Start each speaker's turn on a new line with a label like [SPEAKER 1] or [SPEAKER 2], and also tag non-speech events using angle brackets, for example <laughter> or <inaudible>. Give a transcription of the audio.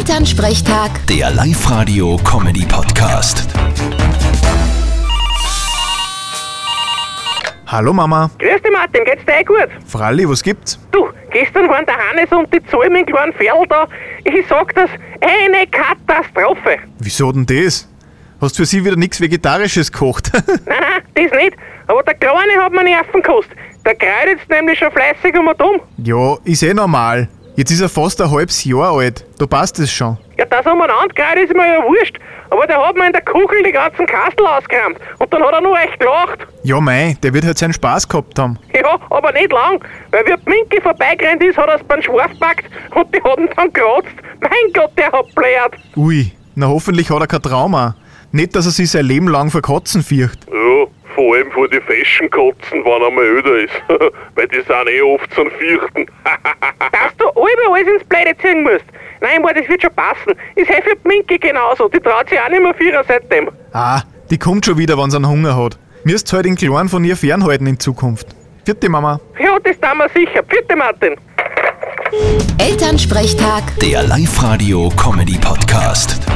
[SPEAKER 1] Elternsprechtag,
[SPEAKER 2] Der Live-Radio-Comedy-Podcast.
[SPEAKER 3] Hallo Mama.
[SPEAKER 4] Grüß dich Martin, geht's dir eh gut?
[SPEAKER 3] Fralli, was gibt's?
[SPEAKER 4] Du, gestern waren der Hannes und die Zoll mit dem kleinen Pferdl da. Ich sag das, eine Katastrophe.
[SPEAKER 3] Wieso denn das? Hast für sie wieder nichts Vegetarisches gekocht? <laughs>
[SPEAKER 4] Nein, nein, das nicht. Aber der Kleine hat mir Nerven gekostet. Der kreut jetzt nämlich schon fleißig um und um.
[SPEAKER 3] ja, ist eh normal. Jetzt ist er fast ein halbes Jahr alt. Da passt es schon.
[SPEAKER 4] Ja, das umeinander kreut ist mir ja wurscht. Aber der hat mir in der Kugel die ganzen Kastel ausgeräumt. Und dann hat er nur echt gelacht. <laughs>
[SPEAKER 3] Ja, mei, der wird halt seinen Spaß gehabt haben.
[SPEAKER 4] Ja, aber nicht lang. Weil wie die Minke vorbeigerannt ist, hat er es beim Schwarf gepackt und die hat ihn dann gekratzt. Mein Gott, der hat bläht.
[SPEAKER 3] Ui, na hoffentlich hat er kein Trauma. Nicht, dass er sich sein Leben lang vor Katzen fürcht.
[SPEAKER 5] Ja, vor allem vor die Fashion-Kotzen, wenn er mal öder ist. <laughs> Weil die sind eh oft zum Vierten. <laughs>
[SPEAKER 4] Dass du über alles ins Blöde ziehen musst. Nein, boah, das wird schon passen. Ist hey für die Minke genauso. Die traut sich auch nicht mehr vierer seitdem.
[SPEAKER 3] Ah, die kommt schon wieder, wenn sie einen Hunger hat. Müsst halt den Kleinen von ihr fernhalten in Zukunft. Vierte Mama.
[SPEAKER 4] Ja, das tun wir sicher. Bitte, Martin.
[SPEAKER 1] Elternsprechtag.
[SPEAKER 2] Der Live-Radio-Comedy-Podcast.